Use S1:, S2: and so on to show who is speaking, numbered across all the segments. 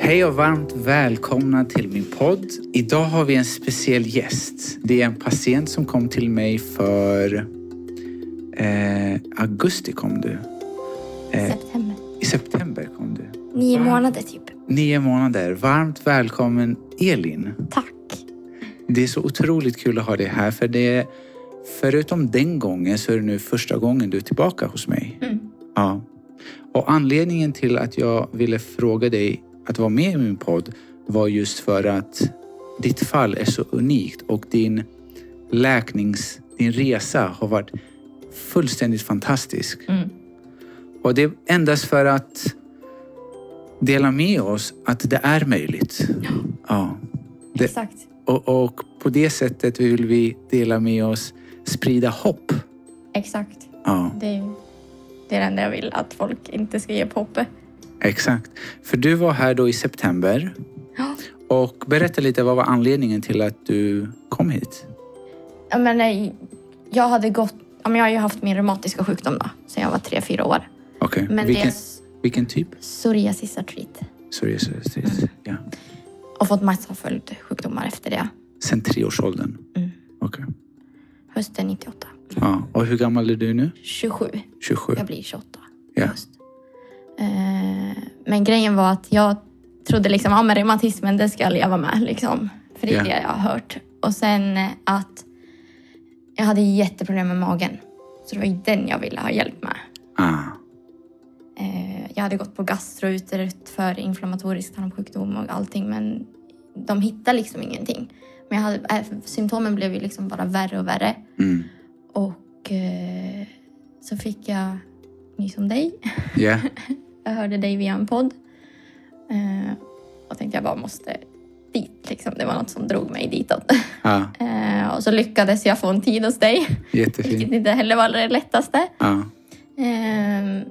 S1: Hej och varmt välkomna till min podd. Idag har vi en speciell gäst. Det är en patient som kom till mig för eh, augusti kom du. Eh, Ah.
S2: September.
S1: I september kom du.
S2: Nio månader typ.
S1: Nio månader. Varmt välkommen Elin.
S2: Tack.
S1: Det är så otroligt kul att ha dig här för det är, förutom den gången så är det nu första gången du är tillbaka hos mig. Ja. Och anledningen till att jag ville fråga dig att vara med i min podd var just för att ditt fall är så unikt och din läknings, din resa har varit fullständigt fantastisk.
S3: Mm.
S1: Och det är endast för att dela med oss att det är möjligt. Ja. Det-
S3: Exakt.
S1: Och, och på det sättet vill vi dela med oss, sprida hopp.
S3: Exakt.
S1: Ja,
S3: Det är, det är det enda jag vill, att folk inte ska ge upp hoppet.
S1: exakt. För du var här då i september.
S3: Ja.
S1: Och berätta lite, vad var anledningen till att du kom hit?
S3: Jag, menar, jag hade gått... ja, men Jag har ju haft min reumatiska sjukdom då, sen jag var tre fyra år.
S1: Okej,
S3: Men det
S1: vilken,
S3: är s-
S1: vilken typ?
S3: psoriasis artrit
S1: Psoriasis.
S3: Mm.
S1: Ja.
S3: och fått massa följdsjukdomar efter det.
S1: Sen treårsåldern?
S3: Mm.
S1: Okej.
S3: Hösten 98.
S1: Ja. Och hur gammal är du nu?
S3: 27.
S1: 27?
S3: Jag blir 28 i
S1: Ja.
S3: höst. Eh, men grejen var att jag trodde liksom, ja men reumatismen det ska jag leva med liksom. För det är
S1: Ja.
S3: det jag har hört. Och sen eh, att jag hade jätteproblem med magen. Så det var ju den jag ville ha hjälp med.
S1: Ah.
S3: Eh, jag hade gått på gastro utrett för inflammatorisk tarmsjukdom och allting men de hittade liksom ingenting. Men jag hade, eh, symptomen blev ju liksom bara värre och värre.
S1: Mm.
S3: Och eh, så fick jag nys om dig.
S1: Ja.
S3: Jag hörde dig via en podd. Eh, och tänkte jag bara måste dit. Liksom. Det var något som drog mig ditåt.
S1: Ja.
S3: Eh, och så lyckades jag få en tid hos dig. Vilket
S1: Jättefint. Ah.
S3: inte heller var det lättaste.
S1: Ja.
S3: Eh,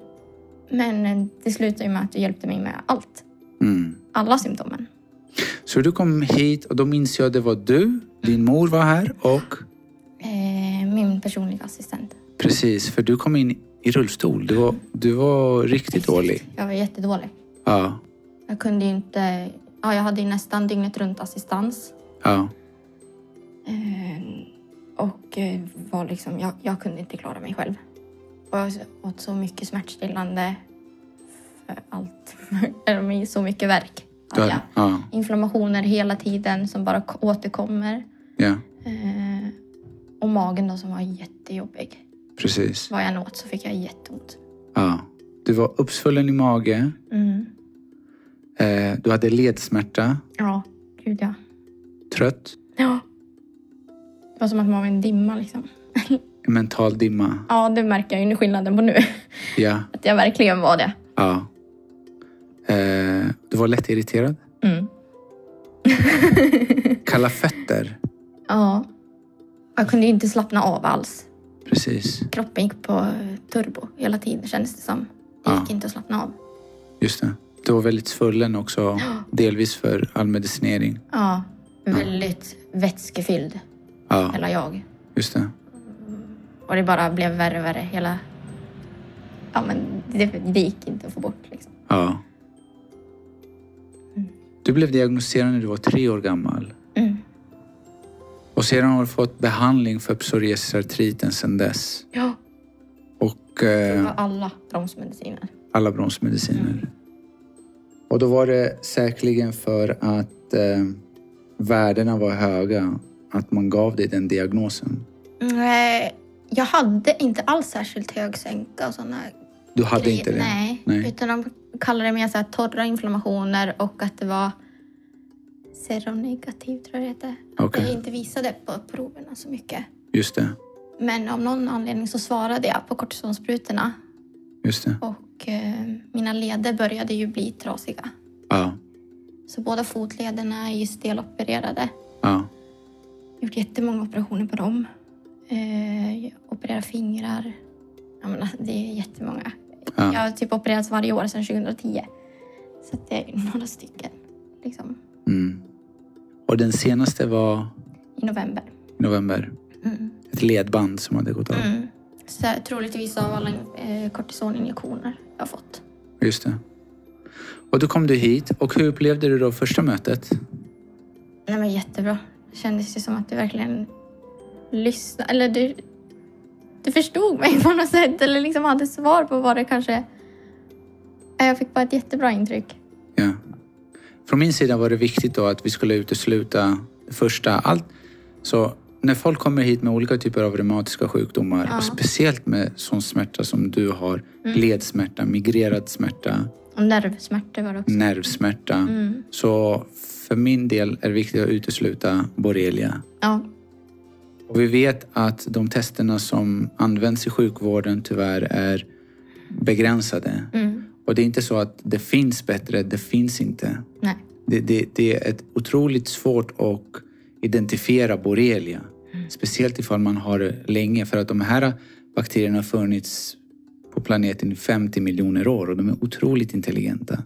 S3: men det slutade ju med att du hjälpte mig med allt.
S1: Mm.
S3: Alla symptomen.
S1: Så du kom hit och då minns jag det var du,
S3: Mm.
S1: din mor var här och
S3: Eh, min personliga assistent.
S1: Precis, för du kom in i rullstol. Du var, du var riktigt dålig.
S3: Jag var jättedålig.
S1: Ja,
S3: Jag kunde ju inte... Ja, jag hade ju nästan dygnet runt assistans.
S1: ja,
S3: Eh, Och eh, var liksom, jag, jag kunde inte klara mig själv. Och jag åt så mycket smärtstillande. För allt. Eller med så mycket värk.
S1: du
S3: hade
S1: hade,
S3: jag.
S1: ja,
S3: Inflammationer hela tiden som bara k- återkommer.
S1: ja,
S3: Eh, Och magen då som var jättejobbig.
S1: precis.
S3: Vad jag än åt så fick jag jätteont.
S1: Ja. Du var uppsvullen i mage.
S3: Mm.
S1: Eh, du hade ledsmärta,
S3: Ja, gud ja.
S1: trött,
S3: ja. Det var som att man var i en dimma liksom.
S1: mental dimma.
S3: Ja, det märker jag ju skillnaden på nu.
S1: Ja,
S3: Att jag verkligen var det.
S1: ja. Eh, du var lätt irriterad.
S3: Mm.
S1: Kalla fötter.
S3: Ja. Jag kunde ju inte slappna av alls.
S1: Precis,
S3: Kroppen gick på turbo hela tiden kändes det som. Det gick
S1: Ja.
S3: inte att slappna av.
S1: just det. Du var väldigt svullen också, delvis för all medicinering.
S3: Ja. Väldigt vätskefylld,
S1: Ja,
S3: hela jag.
S1: just det.
S3: Och det bara blev värre och värre hela... Ja, men det, det gick inte att få bort liksom.
S1: Ja. Du blev diagnostiserad när du var tre år gammal.
S3: Mm.
S1: Och sedan har du fått behandling för psoriasisartriten sedan dess.
S3: Ja.
S1: Och
S3: Det
S1: eh,
S3: var alla bromsmediciner.
S1: alla bromsmediciner. Och då var det säkerligen för att eh, värdena var höga, att man gav dig den diagnosen.
S3: Nej, Mm, eh, jag hade inte alls särskilt hög sänka och sådana
S1: Du hade
S3: grejer.
S1: inte det?
S3: Nej.
S1: Nej.
S3: utan de kallade det mer så här torra inflammationer och att det var seronegativ tror jag det hette.
S1: Okej.
S3: Att det inte visade på proverna så mycket.
S1: Just det.
S3: Men av någon anledning så svarade jag på kortisonsprutorna
S1: Just det.
S3: och eh, mina leder började ju bli trasiga.
S1: Ja.
S3: Så båda fotlederna är ju stelopererade.
S1: ja.
S3: Gjort jättemånga operationer på dem. Eh, jag opererar fingrar. Jag menar, det är jättemånga.
S1: Ja.
S3: Jag har typ opererats varje år sedan 2010. Så att det är ju några stycken. Liksom,
S1: Mm. Och den senaste var
S3: I november.
S1: i november.
S3: Mm.
S1: Ett ledband som hade gått av.
S3: Mm. Så troligtvis av alla eh, kortisoninjektioner jag har fått.
S1: Just det. Och då kom du hit. Och hur upplevde du då första mötet?
S3: Nej, men jättebra. Det kändes ju som att du verkligen lyssnade. Eller du, du förstod mig på något sätt. Eller liksom hade svar på vad det kanske... Ja, Jag fick bara ett jättebra intryck.
S1: Ja. Från min sida var det viktigt då att vi skulle utesluta det första. Allt. Så när folk kommer hit med olika typer av reumatiska sjukdomar
S3: Ja. Mm.
S1: och speciellt med sån smärta som du har, ledsmärta, migrerad smärta,
S3: Och nervsmärtor var det också.
S1: nervsmärta.
S3: Mm.
S1: Så för min del är det viktigt att utesluta borrelia.
S3: Ja.
S1: Och vi vet att de testerna som används i sjukvården tyvärr är begränsade.
S3: Mm.
S1: Och det är inte så att det finns bättre, det finns inte.
S3: Nej.
S1: Det, det, det är ett otroligt svårt att identifiera borrelia. Speciellt ifall man har det länge. För att de här bakterierna har funnits på planeten i 50 miljoner år och de är otroligt intelligenta.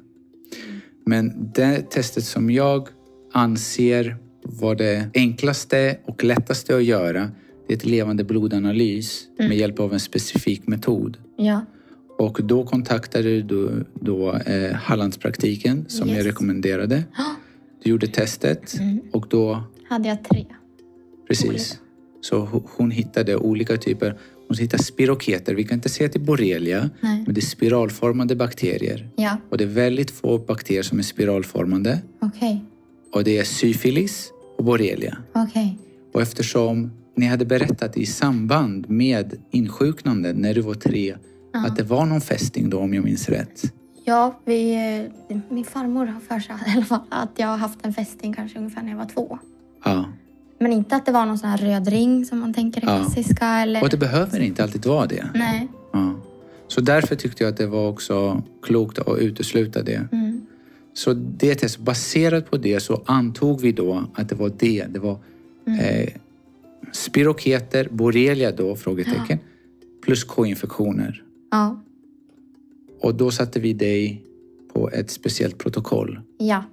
S1: Men det testet som jag anser var det enklaste och lättaste att göra det är ett levande blodanalys med hjälp av en specifik metod.
S3: Ja.
S1: Och då kontaktade du då eh, Hallandspraktiken som
S3: Yes. Mm.
S1: jag rekommenderade. Du gjorde testet och då,
S3: Hade jag tre.
S1: precis. Så ho- hon hittade olika typer. Hon hittade spiroketer. Vi kan inte säga att det är borrelia,
S3: Nej.
S1: men det är spiralformade bakterier.
S3: Ja.
S1: Och det är väldigt få bakterier som är spiralformande.
S3: Okej.
S1: Och det är syfilis och borrelia.
S3: Okej.
S1: Och eftersom ni hade berättat i samband med insjuknandet när du var tre att det var någon fästing då om jag minns rätt.
S3: Ja, vi, eh, min farmor har för sig i alla fall att jag har haft en fästing kanske ungefär när jag var två.
S1: Ja.
S3: Men inte att det var någon sån här röd ring som man tänker är
S1: Ja.
S3: klassiska eller...
S1: Och det behöver inte alltid vara det.
S3: Nej.
S1: Ja. Så därför tyckte jag att det var också klokt att utesluta det.
S3: Mm.
S1: Så det testet, baserat på det så antog vi då att det var det. Det var eh, spiroketer, borrelia då, frågetecken, plus K-infektioner.
S3: Ja.
S1: Och då satte vi dig på ett speciellt protokoll.
S3: Ja.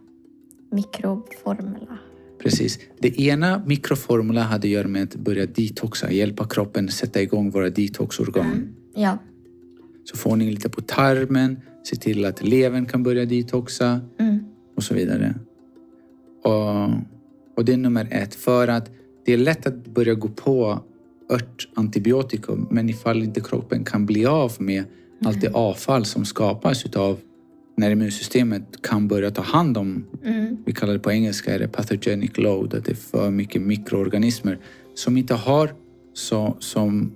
S3: Mikroformula.
S1: Precis. Det ena mikroformula hade att göra med att börja detoxa, hjälpa kroppen sätta igång våra detoxorgan.
S3: Ja.
S1: Så får ni lite på tarmen, se till att levern kan börja detoxa
S3: Mm.
S1: och så vidare. Och, och det är nummer ett, för att det är lätt att börja gå på örtantibiotikum, men ifall inte kroppen kan bli av med allt det avfall som skapas utav när immunsystemet kan börja ta hand om,
S3: Mm.
S1: vi kallar det på engelska är det pathogenic load, att det är för mycket mikroorganismer som inte har så, som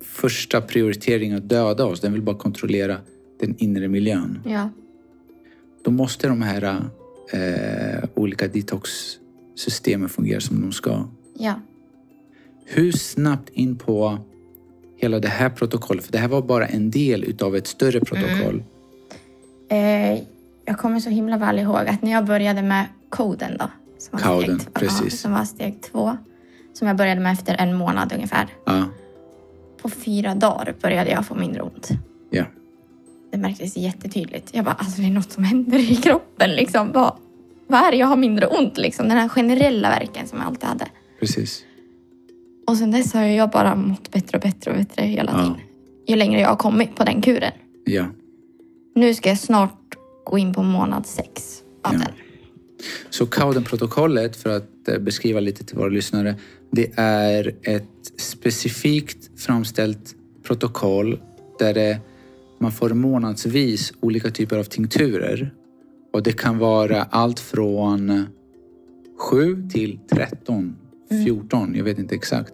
S1: första prioritering att döda oss, den vill bara kontrollera den inre miljön
S3: Ja.
S1: då måste de här eh, olika detoxsystemen fungera som de ska.
S3: Ja.
S1: Hur snabbt in på hela det här protokollet, för det här var bara en del utav ett större protokoll.
S3: Eh, jag kommer så himla väl ihåg att när jag började med koden då. Som var
S1: Koden,
S3: steg, Ja,
S1: precis.
S3: som var steg två. Som jag började med efter en månad ungefär.
S1: Ja,
S3: På fyra dagar började jag få mindre ont.
S1: ja.
S3: Det märktes jättetydligt. Jag bara, alltså det är något som händer i kroppen liksom. Vad, vad är det jag har mindre ont liksom? Den här generella verken som jag alltid hade.
S1: Precis.
S3: Och sen dess har jag bara mått bättre och bättre och bättre hela
S1: Ja.
S3: tiden. Ju längre jag har kommit på den kuren.
S1: Ja.
S3: Nu ska jag snart gå in på månad sex av
S1: Ja.
S3: den.
S1: Så Cowden-protokollet, för att eh, beskriva lite till våra lyssnare, det är ett specifikt framställt protokoll där det, man får månadsvis olika typer av tinkturer. Och det kan vara allt från 7 till 13, 14, jag vet inte exakt.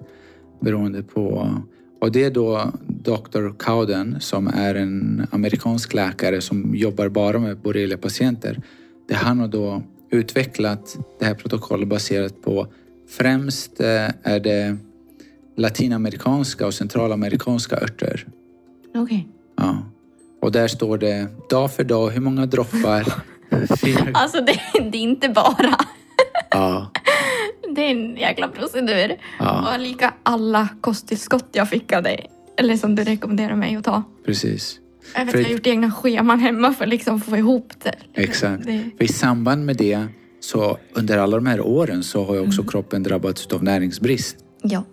S1: Beroende på... Och det är då Dr. Cowden som är en amerikansk läkare som jobbar bara med borreliapatienter. Det han har då utvecklat det här protokollet baserat på främst eh, är det latinamerikanska och centralamerikanska örter.
S3: Okej.
S1: Ja. Och där står det dag för dag hur många droppar. Fyra-
S3: Alltså det, det är inte bara.
S1: ja,
S3: Det är en jäkla procedur.
S1: Ja.
S3: Och lika alla kosttillskott jag fick av dig. Eller som du rekommenderar mig att ta.
S1: precis.
S3: Jag, vet,
S1: För-
S3: jag har gjort egna scheman hemma för liksom få ihop det.
S1: Exakt.
S3: Det-
S1: För i samband med det, så under alla de här åren så har ju också
S3: Mm.
S1: kroppen drabbats av näringsbrist.
S3: Ja.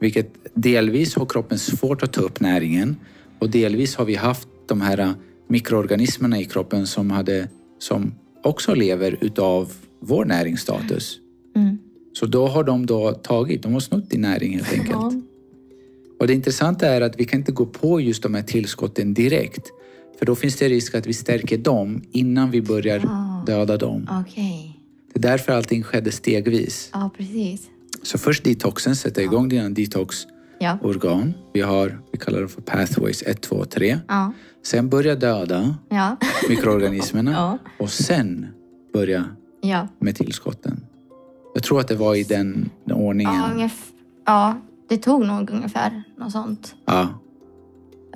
S1: Vilket delvis har kroppen svårt att ta upp näringen och delvis har vi haft de här mikroorganismerna i kroppen som hade som också lever utav vår näringsstatus.
S3: Mm.
S1: Så då har de då tagit, de har snott din näring helt enkelt.
S3: Ja.
S1: Och det intressanta är att vi kan inte gå på just de här tillskotten direkt. För då finns det risk att vi stärker dem innan vi börjar
S3: Ah.
S1: döda dem.
S3: Okej.
S1: Det är därför allting skedde stegvis.
S3: Ja, precis.
S1: Så först detoxen, sätta igång dina detoxorgan.
S3: Ja.
S1: Vi har, vi kallar dem för pathways 1, 2, 3.
S3: Ja.
S1: Sen börja döda
S3: Ja.
S1: mikroorganismerna
S3: Ja.
S1: och sen börja
S3: Ja.
S1: med tillskotten. Jag tror att det var i den, den ordningen.
S3: Ja, ungef- ja, det tog nog ungefär något sånt.
S1: Ja.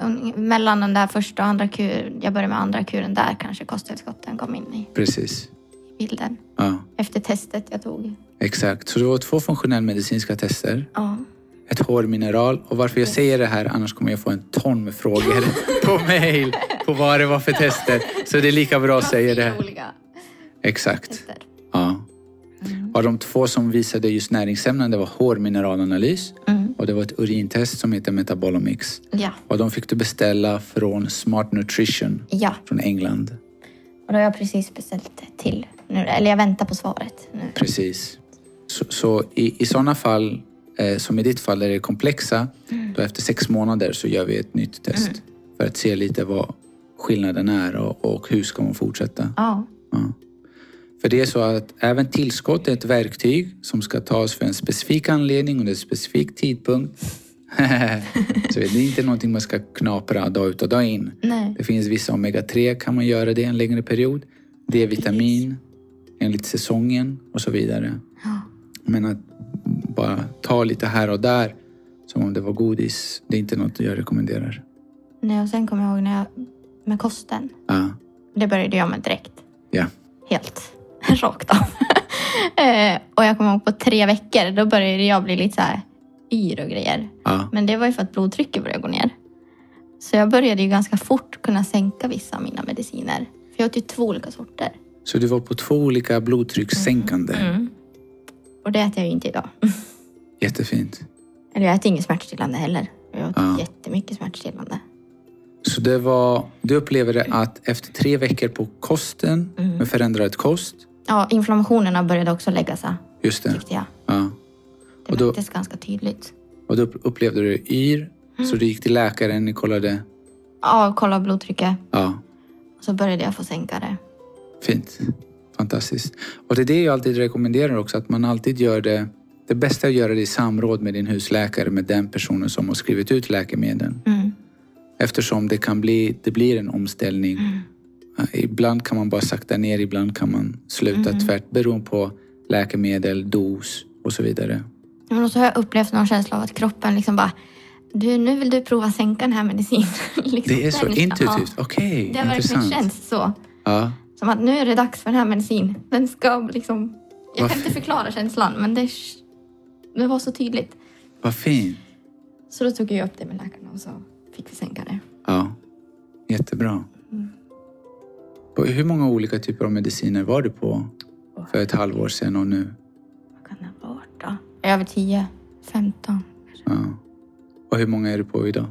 S3: Un- Mellan den där första och andra kuren, jag började med andra kuren där kanske kosttillskotten kom in i
S1: precis.
S3: bilden.
S1: Ja,
S3: Efter testet jag tog.
S1: exakt. Så det var två funktionellmedicinska tester.
S3: Ja.
S1: ett hårmineral. Och varför jag säger det här, annars kommer jag få en ton med frågor på mail på vad det var för tester. Så det är lika bra att säga det.
S3: Olika
S1: Exakt.
S3: tester.
S1: Ja. Av de två som visade just näringsämnen, det var hårmineralanalys
S3: Mm.
S1: och det var ett urintest som heter Metabolomix.
S3: Ja.
S1: Och de fick du beställa från Smart Nutrition
S3: Ja.
S1: från England.
S3: Och då har jag precis beställt till nu. Eller jag väntar på svaret nu.
S1: Precis. Så, så i, i sådana fall, eh, som i ditt fall där det är komplexa, då efter sex månader så gör vi ett nytt test för att se lite vad skillnaden är och, och hur ska man fortsätta.
S3: Ja.
S1: Ja. För det är så att även tillskott är ett verktyg som ska tas för en specifik anledning under en specifik tidpunkt. så det är inte någonting man ska knapra dag ut och dag in.
S3: Nej.
S1: Det finns vissa omega-3, kan man göra det en längre period? D-vitamin, enligt säsongen och så vidare.
S3: Ja.
S1: Men att bara ta lite här och där som om det var godis, det är inte något jag rekommenderar.
S3: Nej, och sen kommer jag ihåg när jag, med kosten.
S1: Ja,
S3: Det började jag med direkt.
S1: Ah, ja,
S3: helt rakt av. Eh, och jag kommer ihåg på tre veckor, då började jag bli lite så här yr och grejer.
S1: ja,
S3: Men det var ju för att blodtrycket började gå ner. Så jag började ju ganska fort kunna sänka vissa av mina mediciner. För jag åt ju två olika sorter.
S1: Så du var på två olika blodtryckssänkande.
S3: Mm. Och det äter jag ju inte idag.
S1: Jättefint.
S3: Eller jag äter inget smärtstillande heller. Jag åt
S1: Ja.
S3: jättemycket smärtstillande.
S1: Så det var, du upplever det att efter tre veckor på kosten, med förändrad kost,
S3: Ja, inflammationerna började också lägga sig,
S1: just det,
S3: tyckte jag.
S1: ja.
S3: Det
S1: Och då-
S3: märktes ganska tydligt.
S1: och då upplevde du yr, så du gick till läkaren, ni kollade,
S3: Ja, kolla blodtrycket.
S1: ja,
S3: Så började jag få sänka det.
S1: Fint. Fantastiskt. Och det är det jag alltid rekommenderar också, att man alltid gör det... Det bästa är att göra det i samråd med din husläkare, med den personen som har skrivit ut läkemedlen.
S3: Mm.
S1: Eftersom det kan bli, det blir en omställning.
S3: Mm.
S1: Eh, Ibland kan man bara sakta ner, ibland kan man sluta
S3: Mm-hmm.
S1: tvärt beroende på läkemedel, dos och så vidare.
S3: Ja, Men så har jag upplevt någon känsla av att kroppen liksom bara du, nu vill du prova sänka den här medicinen. liksom.
S1: Det är så
S3: Den känslan.
S1: intuitivt.
S3: Ja,
S1: Okej,
S3: det har verkligen
S1: intressant.
S3: känts så.
S1: Ja,
S3: Som att nu är det dags för den här medicinen. Den ska liksom... Jag
S1: Varför?
S3: kan inte förklara känslan, men det, det var så tydligt.
S1: vad fint.
S3: Så då tog jag upp det med läkarna och så fick vi sänka det.
S1: Ja, jättebra.
S3: Mm.
S1: På- Hur många olika typer av mediciner var du på för ett halvår sedan och nu?
S3: Vad kan det ha varit då? Över 10, 15.
S1: Ja. Och hur många är du på idag?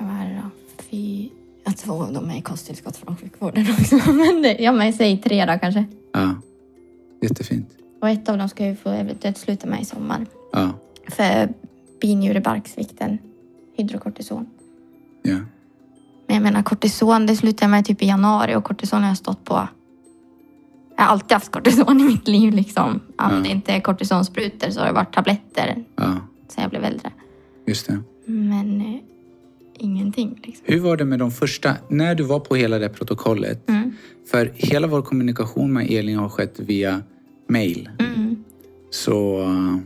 S3: Vad är det då? Fy... Ja, två av dem är kosttillskott från sjukvården också. Men det, ja, men säg tre då kanske.
S1: Ja. Jättefint.
S3: Och ett av dem ska jag ju få eventuellt sluta med i sommar.
S1: Ja.
S3: för binjurebarksvikten, hydrokortison.
S1: ja.
S3: Men jag menar kortison, det slutade jag med typ i januari och kortison har jag stått på. Jag har alltid haft kortison i mitt liv liksom. Om
S1: Ja.
S3: det inte är kortisonsprutor så har det varit tabletter
S1: ja.
S3: sen jag blev äldre.
S1: Just det.
S3: Men eh, ingenting liksom.
S1: Hur var det med de första, när du var på hela det protokollet?
S3: Mm.
S1: För hela vår kommunikation med Elin har skett via mail.
S3: Mm.
S1: Så, eh,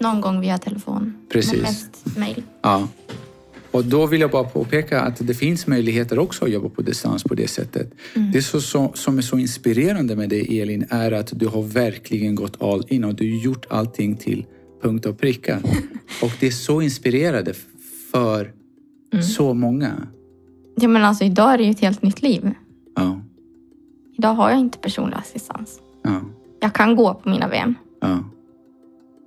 S3: Någon gång via telefon.
S1: Precis.
S3: Men mest mejl.
S1: ja. Och då vill jag bara påpeka att det finns möjligheter också att jobba på distans på det sättet. Det så, så, som är så inspirerande med dig Elin är att du har verkligen gått all in och du har gjort allting till punkt och pricka. och det är så inspirerande f- för så många.
S3: Ja men alltså idag är det ju ett helt nytt liv.
S1: Ja,
S3: Idag har jag inte personlig assistans.
S1: ja,
S3: Jag kan gå på mina ben.
S1: ja,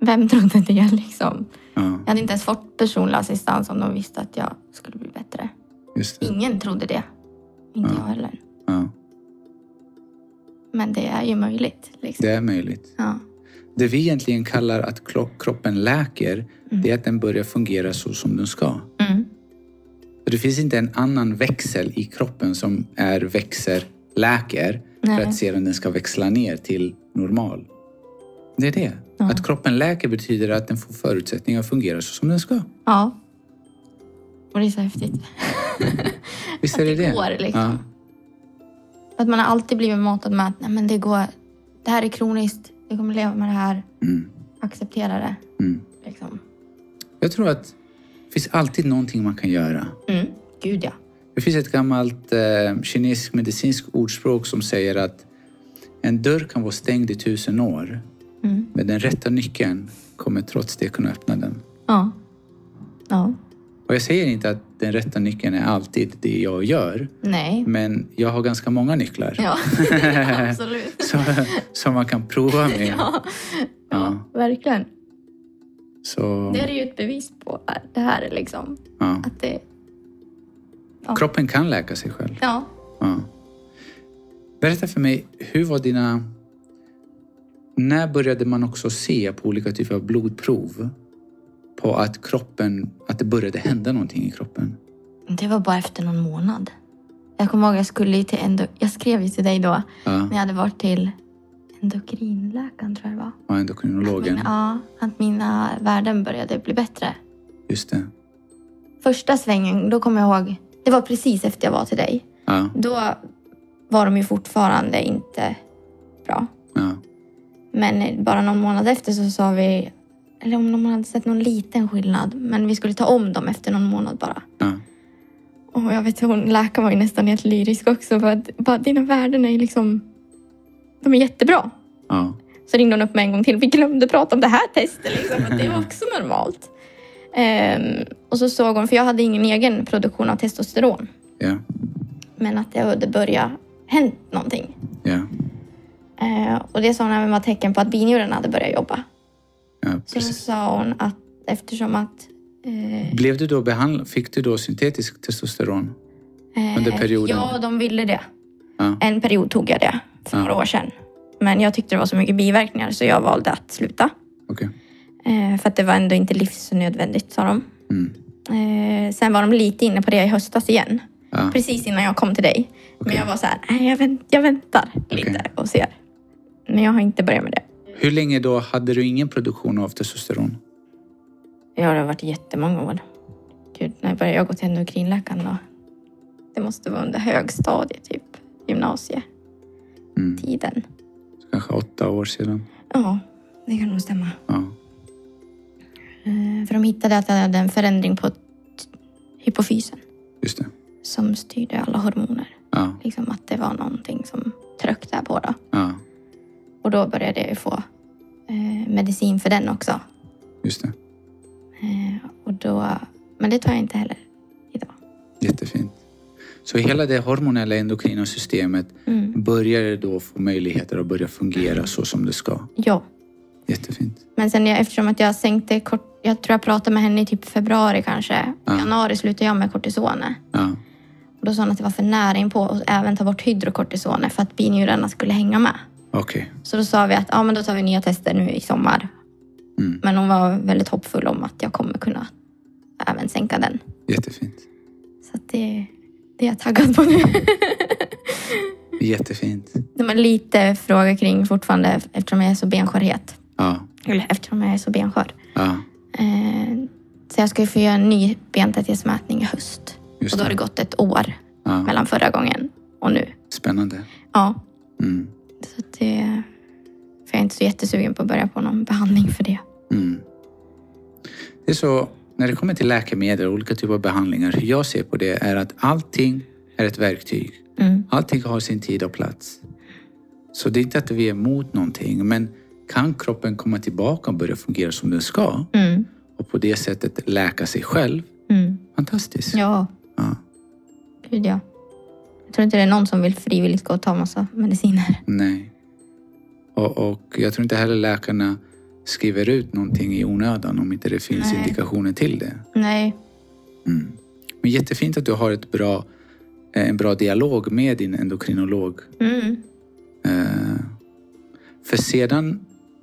S3: Vem trodde det liksom?
S1: ja,
S3: Jag hade inte ens fått personlig assistans om de visste att jag skulle bli bättre.
S1: just det.
S3: Ingen trodde det. Inte jag heller.
S1: Ja.
S3: Men det är ju möjligt. Liksom.
S1: Det är möjligt.
S3: Ja.
S1: Det vi egentligen kallar att klo- kroppen läker, det är att den börjar fungera så som den ska.
S3: Mm.
S1: Så det finns inte en annan växel i kroppen som är växer, läker, för
S3: Nej.
S1: att sedan den ska växla ner till normal. Det är det.
S3: Ja.
S1: Att kroppen läker betyder att den får förutsättningar att fungera så som den ska.
S3: ja. Och det är så häftigt.
S1: Visst
S3: Att
S1: är det
S3: det
S1: det?
S3: går, liksom.
S1: Ja.
S3: Att man har alltid blivit matad med att Nej, men det, går, det här är kroniskt, du kommer leva med det här,
S1: Mm.
S3: acceptera det.
S1: Mm.
S3: Liksom.
S1: Jag tror att det finns alltid någonting man kan göra.
S3: Mm. Gud ja.
S1: Det finns ett gammalt eh, kinesiskt medicinskt ordspråk som säger att en dörr kan vara stängd i tusen år,
S3: Mm.
S1: men den rätta nyckeln kommer trots det kunna öppna den.
S3: Ja. Ja.
S1: Och jag säger inte att den rätta nyckeln är alltid det jag gör,
S3: Nej.
S1: men jag har ganska många nycklar
S3: Ja, absolut.
S1: som, som man kan prova med.
S3: Ja.
S1: Ja.
S3: ja, verkligen.
S1: Så,
S3: Det är det ju ett bevis på äh, det här är liksom.
S1: ja.
S3: Att det,
S1: Kroppen kan läka sig själv.
S3: ja.
S1: Ja. Berätta för mig, hur var dina... När började man också se på olika typer av blodprov på att kroppen, att det började hända någonting i kroppen?
S3: Det var bara efter någon månad. Jag kommer ihåg jag skulle ju till endo, jag skrev ju till dig då
S1: Ja,
S3: när jag hade varit till endokrinläkaren tror jag det var.
S1: ja
S3: Att mina-
S1: endokrinologen.
S3: ja, att mina värden började bli bättre.
S1: Just det.
S3: Första svängen, då kommer jag ihåg, det var precis efter jag var till dig.
S1: Ja,
S3: Då var de ju fortfarande inte bra.
S1: ja,
S3: Men bara någon månad efter så sa vi, eller om de hade sett någon liten skillnad, men vi skulle ta om dem efter någon månad bara.
S1: ja.
S3: Och jag vet hon läkaren var ju nästan helt lyrisk också för att bara, dina värden är ju liksom, de är jättebra.
S1: ja.
S3: Så ringde hon upp mig en gång till, vi glömde prata om det här testet liksom, att det var också normalt. Ehm, och så såg hon, för jag hade ingen egen produktion av testosteron,
S1: ja,
S3: men att det hade börjat hänt någonting.
S1: ja,
S3: Ehm, och det sa hon även var tecken på att binjurarna hade börjat jobba.
S1: ja
S3: Så då
S1: precis.
S3: sa hon att eftersom att... Eh,
S1: Blev du då behandlad, fick du då syntetisk testosteron? Under
S3: eh,
S1: perioden?
S3: Ja, de ville det.
S1: Ja.
S3: En period tog jag det för
S1: Ja.
S3: några år sedan. Men jag tyckte det var så mycket biverkningar så jag valde att sluta.
S1: Okej.
S3: Eh, för att det var ändå inte livsnödvändigt sa de.
S1: Mm.
S3: Eh, sen var de lite inne på det i höstas igen.
S1: Ja,
S3: Precis innan jag kom till dig.
S1: Okej.
S3: Men jag var så här, nej jag, vänt, jag väntar lite
S1: Okej.
S3: och ser. Men jag har inte börjat med det.
S1: Hur länge då hade du ingen produktion av testosteron?
S3: Ja, det har varit jättemånga år. Gud, när började jag gå till endokrinläkaren då? Det måste vara under högstadiet, typ gymnasietiden.
S1: Mm. Kanske åtta år sedan?
S3: Ja, det kan nog stämma.
S1: Ja.
S3: Eh, För de hittade att jag hade en förändring på t- hypofysen
S1: Just det.
S3: som styrde alla hormoner.
S1: Ja,
S3: Liksom att det var någonting som tröck där på då.
S1: ja,
S3: Och då började jag ju få eh, medicin för den också.
S1: just det.
S3: Eh, och då, men det tar jag inte heller idag.
S1: Jättefint. Så hela det hormonella endokrina systemet
S3: Mm.
S1: börjar då få möjligheter att börja fungera så som det ska.
S3: Ja.
S1: Jättefint.
S3: Men sen jag, eftersom att jag sänkte kort, jag tror jag pratade med henne i typ februari kanske.
S1: Ja.
S3: I januari slutade jag med kortisoner.
S1: Ja,
S3: Och då sa hon att det var för nära inpå och även ta bort hydrokortisoner för att binjurarna skulle hänga med.
S1: okej.
S3: Så då sa vi att ja, men då tar vi nya tester nu i sommar.
S1: Mm.
S3: Men hon var väldigt hoppfull om att jag kommer kunna även sänka den.
S1: Jättefint.
S3: Så att det, det är jag taggad på nu.
S1: Jättefint.
S3: De har lite fråga kring fortfarande eftersom jag är så benskörhet.
S1: Ja,
S3: Eller eftersom jag är så benskör.
S1: ja,
S3: Eh, så jag ska ju få göra en ny bentäthetsmätning i höst.
S1: just
S3: Och då har det
S1: det.
S3: gått ett år
S1: Ja,
S3: mellan förra gången och nu.
S1: spännande.
S3: Ja,
S1: Mm.
S3: så att det... För jag är inte så jättesugen på att börja på någon behandling för det.
S1: Mm. Det är så, när det kommer till läkemedel och olika typer av behandlingar, hur jag ser på det är att allting är ett verktyg.
S3: Mm.
S1: Allting har sin tid och plats. Så det är inte att vi är emot någonting, men kan kroppen komma tillbaka och börja fungera som den ska
S3: Mm.
S1: och på det sättet läka sig själv?
S3: Mm.
S1: Fantastiskt.
S3: Ja,
S1: Ja.
S3: gud ja. Jag tror inte det är någon som vill frivilligt gå och ta massa mediciner.
S1: Nej. Och, och jag tror inte heller läkarna skriver ut någonting i onödan om inte det finns
S3: Nej.
S1: indikationer till det.
S3: Nej.
S1: Mm. Men eh, jättefint att du har ett bra, en bra dialog med din endokrinolog
S3: Mm.
S1: Eh, För sedan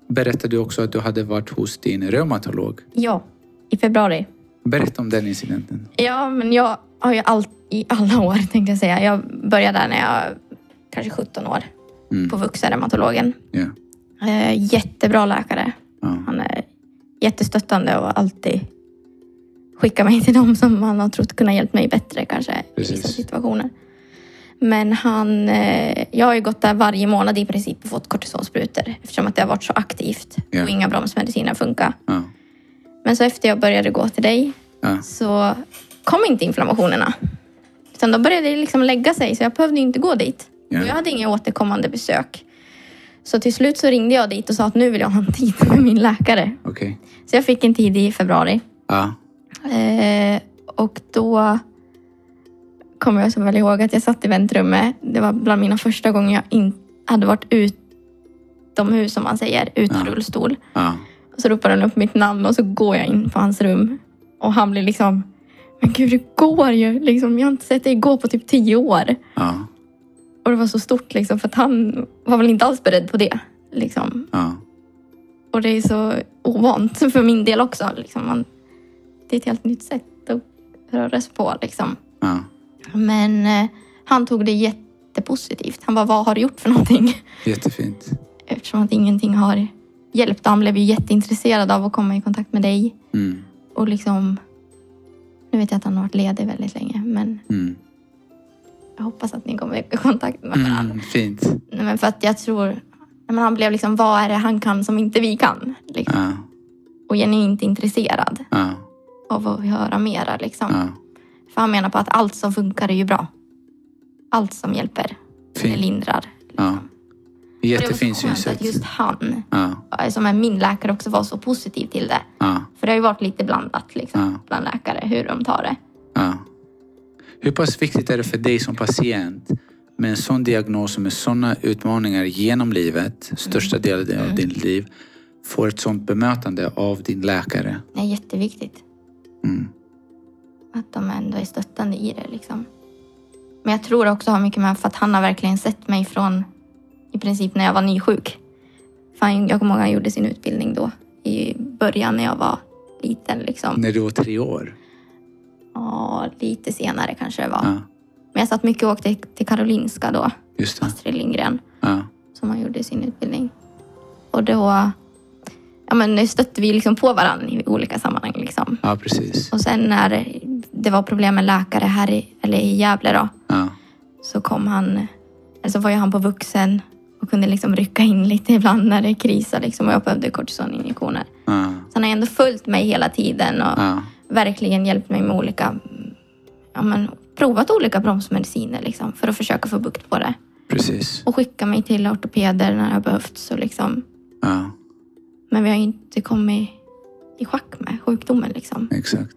S1: berättade du också att du hade varit hos din reumatolog.
S3: Ja, i februari.
S1: Berätta om den incidenten.
S3: Ja, men jag har ju allt i alla år tänkte jag säga. Jag började där när jag kanske 17 år
S1: Mm.
S3: på vuxen reumatologen.
S1: Ja.
S3: Eh, jättebra läkare.
S1: Ja.
S3: Han är jättestöttande och alltid skickar mig till dem som han har trott kunna hjälpa mig bättre kanske i vissa
S1: Precis.
S3: situationer. Men han, eh, jag har ju gått där varje månad i princip och fått kortisonsprutor eftersom att det har varit så aktivt
S1: Ja.
S3: och inga bromsmediciner funkar.
S1: Ja.
S3: Men så efter jag började gå till dig
S1: Ja.
S3: så kom inte inflammationerna. Utan då började det liksom lägga sig så jag behövde ju inte gå dit.
S1: Ja.
S3: Och Jag hade inga återkommande besök. Så till slut så ringde jag dit och sa att nu vill jag ha en tid med min läkare.
S1: Okej.
S3: Så jag fick en tid i februari.
S1: Ja.
S3: Eh, och då kommer jag så väl ihåg att jag satt i väntrummet. Det var bland mina första gånger jag in, hade varit utomhus, som man säger, utan
S1: Ja.
S3: rullstol.
S1: Ja.
S3: Och så ropar han upp mitt namn och så går jag in på hans rum. Och han blir liksom, men gud det går ju. Liksom, jag har inte sett dig gå på typ tio år.
S1: Ja.
S3: Och det var så stort liksom, för att han var väl inte alls beredd på det. Liksom.
S1: Ja.
S3: Och det är så ovant för min del också. Liksom. Man, det är ett helt nytt sätt att röra sig på. Liksom.
S1: Ja.
S3: Men eh, han tog det jättepositivt. Han bara, vad har du gjort för någonting?
S1: Jättefint.
S3: Eftersom att ingenting har hjälpt. Han blev ju jätteintresserad av att komma i kontakt med dig.
S1: Mm.
S3: Och liksom... Nu vet jag att han har varit ledig väldigt länge, men
S1: Mm.
S3: jag hoppas att ni kommer i kontakt med varandra.
S1: Mm. Fint.
S3: Nej, men för att jag tror... nej, Men han blev liksom, vad är det han kan som inte vi kan? Liksom.
S1: Ja.
S3: Och genuint intresserad
S1: Ja.
S3: av att höra mera. Liksom.
S1: Ja.
S3: För han menar på att allt som funkar är ju bra. Allt som hjälper, eller
S1: Fint.
S3: lindrar.
S1: Ja. Jättefint
S3: Och det var så skönt
S1: synsätt.
S3: att just han,
S1: Ja.
S3: eh, som är min läkare, också var så positiv till det.
S1: Ja.
S3: För det har ju varit lite blandat liksom,
S1: Ja.
S3: bland läkare, hur de tar det.
S1: Ja. Hur pass viktigt är det för dig som patient med en sån diagnos och med såna utmaningar genom livet, största delen av ditt liv, får ett sånt bemötande av din läkare?
S3: Det är jätteviktigt.
S1: Mm.
S3: Att de ändå är stöttande i det. Liksom. Men jag tror också har mycket med för att han har verkligen sett mig från i princip när jag var nysjuk. För han, jag kommer ihåg han gjorde sin utbildning då i början när jag var liten. Liksom.
S1: När du var tre år?
S3: Ja, lite senare kanske det var.
S1: Ja,
S3: Men jag satt mycket och åkte till Karolinska då,
S1: just det.
S3: Astrid Lindgren,
S1: Ja,
S3: som han gjorde sin utbildning. Och då ja, men stötte vi liksom på varandra i olika sammanhang. Liksom.
S1: ja precis.
S3: Och sen när det var problem med läkare här i, eller i Gävle då,
S1: Ja,
S3: så kom han, eller så var ju han på vuxen och kunde liksom rycka in lite ibland när det krisade liksom och jag behövde kortisoninjektioner.
S1: ja,
S3: Så han har ändå följt mig hela tiden och
S1: ja,
S3: verkligen hjälpt mig med olika, mm, ja men provat olika bromsmediciner liksom för att försöka få bukt på det.
S1: precis.
S3: Och skicka mig till ortopeder när det har behövts och liksom.
S1: Ja,
S3: Men vi har ju inte kommit i schack med sjukdomen liksom.
S1: exakt.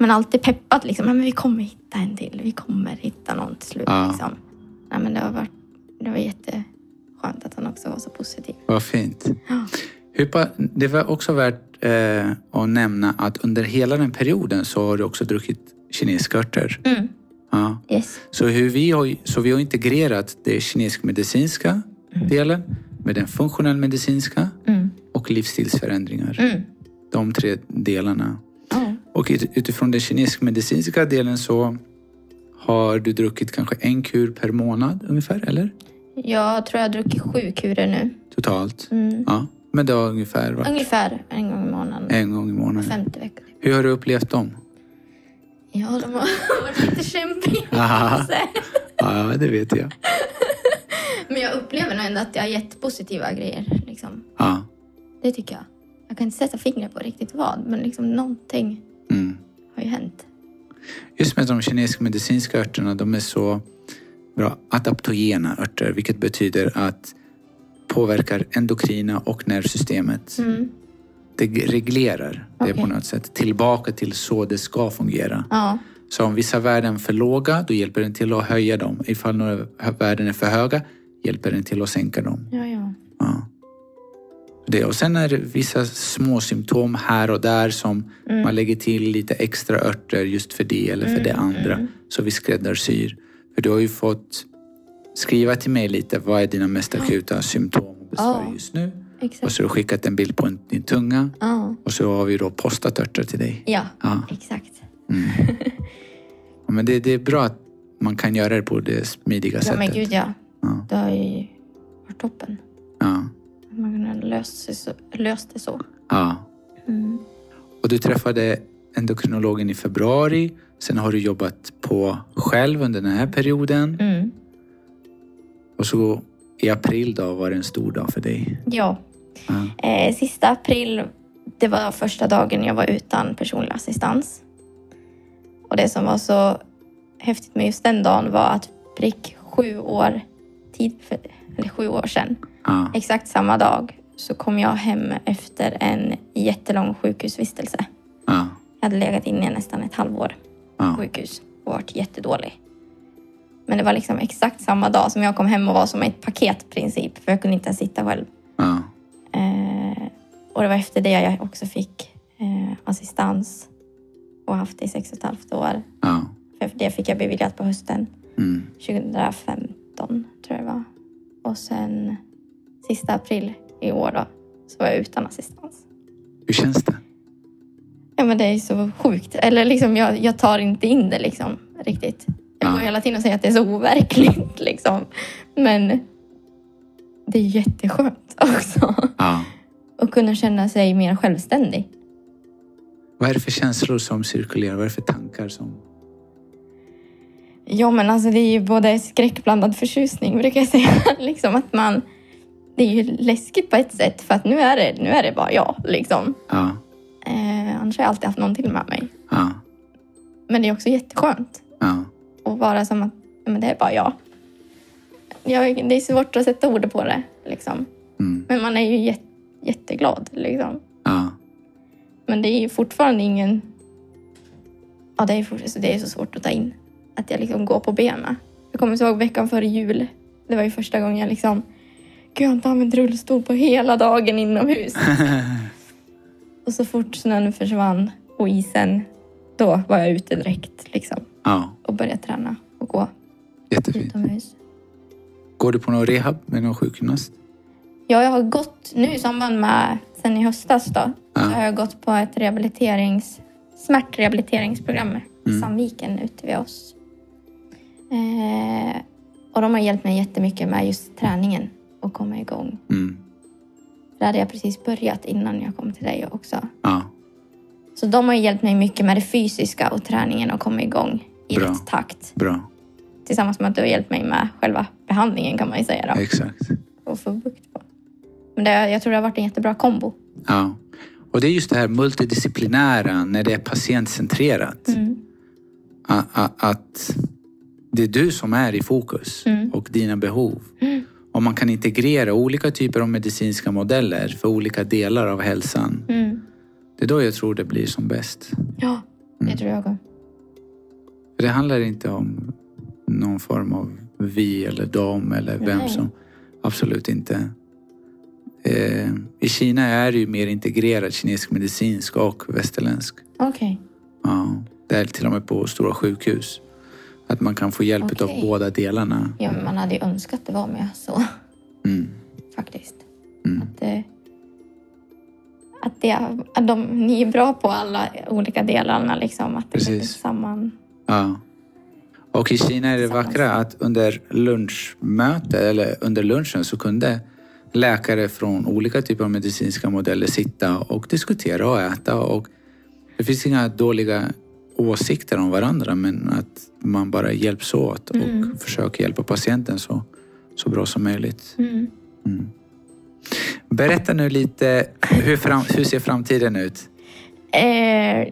S3: Men alltid peppat liksom. Nej, men vi kommer hitta en till. Vi kommer hitta någon till slut.
S1: Ja.
S3: Liksom. Nej, men det, har varit, det var jätteskönt att han också var så positiv.
S1: Vad fint.
S3: Ja.
S1: Hur pa- Det var också värt eh, att nämna att under hela den perioden så har du också druckit kineskörter.
S3: Mm.
S1: Ja.
S3: Yes.
S1: Så, hur vi har, så vi har integrerat det kinesisk-medicinska delen med den funktionell-medicinska
S3: Mm.
S1: och livsstilsförändringar.
S3: Mm.
S1: De tre delarna.
S3: Ja.
S1: Och ut- utifrån den kinesisk-medicinska delen så har du druckit kanske en kur per månad ungefär, eller?
S3: Jag tror jag har druckit sju kurer nu.
S1: Totalt?
S3: Mm.
S1: Ja, men det har ungefär varit
S3: Ungefär en gång i månaden.
S1: en gång i månaden.
S3: Femte veckan.
S1: Hur har du upplevt dem?
S3: Ja, de har varit lite kämpiga.
S1: Haha. Ja, det vet jag.
S3: Men jag upplever nog ändå att jag har gett positiva grejer. Liksom.
S1: Ja,
S3: Det tycker jag. Jag kan inte sätta fingret på riktigt vad, men liksom någonting
S1: mm.
S3: har ju hänt.
S1: Just med de kinesisk-medicinska örterna, de är så bra adaptogena örter, vilket betyder att påverkar endokrina och nervsystemet.
S3: Mm.
S1: Det g- reglerar det på
S3: Okej.
S1: något sätt tillbaka till så det ska fungera.
S3: Ja.
S1: Så om vissa värden är för låga, då hjälper den till att höja dem. Ifall några hö- värden är för höga, hjälper den till att sänka dem.
S3: Ja, ja.
S1: Ja. Det. Och sen är det vissa små symptom här och där som
S3: Mm.
S1: man lägger till lite extra
S3: Mm,
S1: örter just för det eller för det andra. Så vi skräddarsyr. För du har ju fått skriva till mig lite, vad är dina mest akuta symptom och besvär
S3: Ja.
S1: just nu? Och
S3: Exakt.
S1: så har du skickat en bild på en- din tunga
S3: Ja.
S1: och så har vi då postat örter till dig.
S3: Ja,
S1: Ja. mm.
S3: exakt.
S1: Ja, Men det, det är bra att man kan göra det på det smidiga
S3: Ja,
S1: sättet.
S3: men gud ja.
S1: Ja.
S3: Det har ju varit toppen.
S1: Ja.
S3: Man kunde ha löst, sig så, löst det så.
S1: Ja.
S3: Mm.
S1: Och du träffade endokrinologen i februari. Sen har du jobbat på själv under den här perioden.
S3: Mm.
S1: Och så i april då var det en stor dag för dig.
S3: Ja.
S1: Ja.
S3: Eh, sista april, det var första dagen jag var utan personlig assistans. Och det som var så häftigt med just den dagen var att prick sju år, tid för, eller sju år sedan,
S1: Ja.
S3: exakt samma dag, så kom jag hem efter en jättelång sjukhusvistelse.
S1: Ja.
S3: Jag hade legat inne i nästan ett halvår på
S1: Ja.
S3: sjukhus och varit jättedålig. Men det var liksom exakt samma dag som jag kom hem och var som ett paket i princip, för jag kunde inte ens sitta själv.
S1: Ja.
S3: Eh, och det var efter det jag också fick eh, assistans och haft i sex och ett halvt år.
S1: Ja.
S3: För det fick jag beviljat på hösten
S1: Mm.
S3: 2015 tror jag det var. Och sen sista april i år då, så var jag utan assistans.
S1: Hur känns det?
S3: Ja men det är så sjukt. Eller liksom jag, jag tar inte in det liksom riktigt. Jag går
S1: Ja.
S3: hela tiden och säger att det är så overkligt liksom. Men det är jätteskönt också.
S1: Ja.
S3: Och kunna känna sig mer självständig.
S1: Vad är det för känslor som cirkulerar? Vad är det för tankar som...
S3: Ja, men alltså det är ju både skräckblandad förtjusning brukar jag säga. liksom att man, det är ju läskigt på ett sätt för att nu är det, nu är det bara jag. Liksom.
S1: Ja.
S3: Eh, annars har jag alltid haft någon till med mig.
S1: Ja.
S3: Men det är också jätteskönt
S1: Ja.
S3: att vara som att ja, men det är bara jag. jag. Det är svårt att sätta ord på det. Liksom.
S1: Mm.
S3: Men man är ju jätte, jätteglad. Liksom.
S1: Ja.
S3: Men det är ju fortfarande ingen... Ja, det är, fort, alltså, det är så svårt att ta in. Att jag liksom går på benen. Jag kommer så ihåg veckan före jul. Det var ju första gången jag liksom... Gud, jag har inte använt rullstol på hela dagen inomhus. och så fort snön försvann och isen, då var jag ute direkt liksom.
S1: Ja.
S3: Och började träna och gå
S1: Jättefint.
S3: utomhus.
S1: Går du på någon rehab med någon sjukgymnast?
S3: Ja, jag har gått nu i samband med, sen i höstas då, så
S1: Ja.
S3: har jag gått på ett rehabiliterings, smärtrehabiliteringsprogram i
S1: Mm.
S3: Sandviken ute vid oss. Eh, och de har hjälpt mig jättemycket med just träningen och komma igång.
S1: Mm.
S3: Där hade jag precis börjat innan jag kom till dig också.
S1: Ja.
S3: Så de har hjälpt mig mycket med det fysiska och träningen och komma igång i
S1: Bra.
S3: rätt takt.
S1: Bra.
S3: Tillsammans med att du har hjälpt mig med själva behandlingen kan man ju säga då.
S1: Exakt.
S3: Och få bukt på. Men det, jag tror det har varit en jättebra kombo.
S1: Ja. Och det är just det här multidisciplinära när det är patientcentrerat.
S3: Mm.
S1: A- a- att det är du som är i fokus
S3: Mm.
S1: och dina behov. Och man kan integrera olika typer av medicinska modeller för olika delar av hälsan.
S3: Mm.
S1: Det är då jag tror det blir som bäst.
S3: Ja,
S1: Mm.
S3: det tror jag också.
S1: För det handlar inte om någon form av vi eller dem eller vem
S3: Nej.
S1: som... Absolut inte. Eh, I Kina är det ju mer integrerat kinesisk medicinsk och västerländsk.
S3: Okej.
S1: Ja, det är till och med på stora sjukhus. Att man kan få hjälp
S3: Okej.
S1: av båda delarna.
S3: Ja, men man hade ju önskat det var med så
S1: Mm.
S3: faktiskt.
S1: Mm.
S3: Att, eh, att, det, att de, ni är bra på alla olika delarna liksom. Att det
S1: Precis.
S3: blir samman.
S1: Ja. Och i Kina är det
S3: Tillsammans.
S1: vackra att under lunchmöte eller under lunchen så kunde läkare från olika typer av medicinska modeller sitta och diskutera och äta. Och det finns inga dåliga åsikter om varandra men att man bara hjälps åt och
S3: Mm.
S1: försöker hjälpa patienten så, så bra som möjligt. Mm. Berätta nu lite, hur, fram, hur ser framtiden ut?
S3: Eh,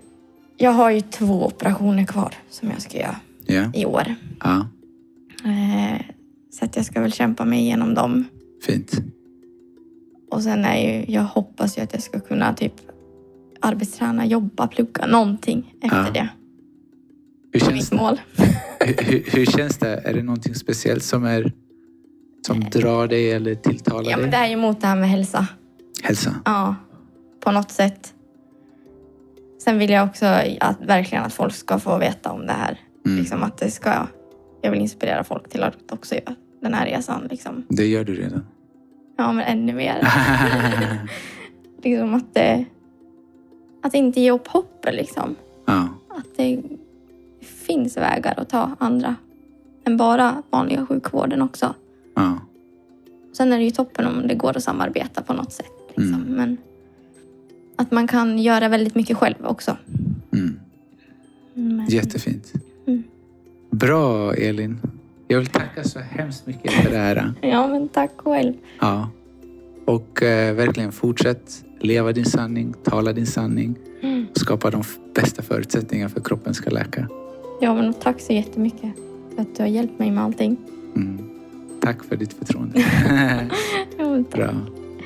S3: jag har ju två operationer kvar som jag ska göra
S1: Ja,
S3: i år.
S1: ja
S3: Eh, så att jag ska väl kämpa mig igenom dem.
S1: fint.
S3: Och sen är ju, jag hoppas ju att jag ska kunna typ arbetsträna, jobba, plugga, någonting efter
S1: Ja.
S3: det.
S1: Hur
S3: Det är
S1: känns
S3: mitt mål.
S1: hur, hur- hur känns det? Är det någonting speciellt som, är, som drar dig eller tilltalar
S3: Ja, men det
S1: dig?
S3: är ju mot det här med hälsa.
S1: Hälsa.
S3: Ja, på något sätt. Sen vill jag också att, verkligen att folk ska få veta om det här.
S1: Mm.
S3: Liksom att det ska, jag vill inspirera folk till att också göra den här resan. Liksom.
S1: Det gör du redan.
S3: Ja, men ännu mer. liksom att, eh, att inte ge upp hoppet. Liksom.
S1: ja,
S3: Att det finns vägar att ta andra än bara vanliga sjukvården också.
S1: ja.
S3: Sen är det ju toppen om det går att samarbeta på något sätt. Liksom.
S1: Mm.
S3: Men att man kan göra väldigt mycket själv också.
S1: Mm.
S3: Men,
S1: Jättefint.
S3: Mm.
S1: Bra, Elin. Jag vill tacka så hemskt mycket för det här.
S3: Ja, men tack själv.
S1: Ja. Och eh, verkligen fortsätt leva din sanning, tala din sanning.
S3: Mm.
S1: Skapa de f- bästa förutsättningarna för kroppen ska läka.
S3: Ja, men tack så jättemycket för att du har hjälpt mig med allting.
S1: Mm. Tack för ditt förtroende.
S3: Ja, men tack.
S1: Bra.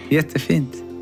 S1: Jättefint.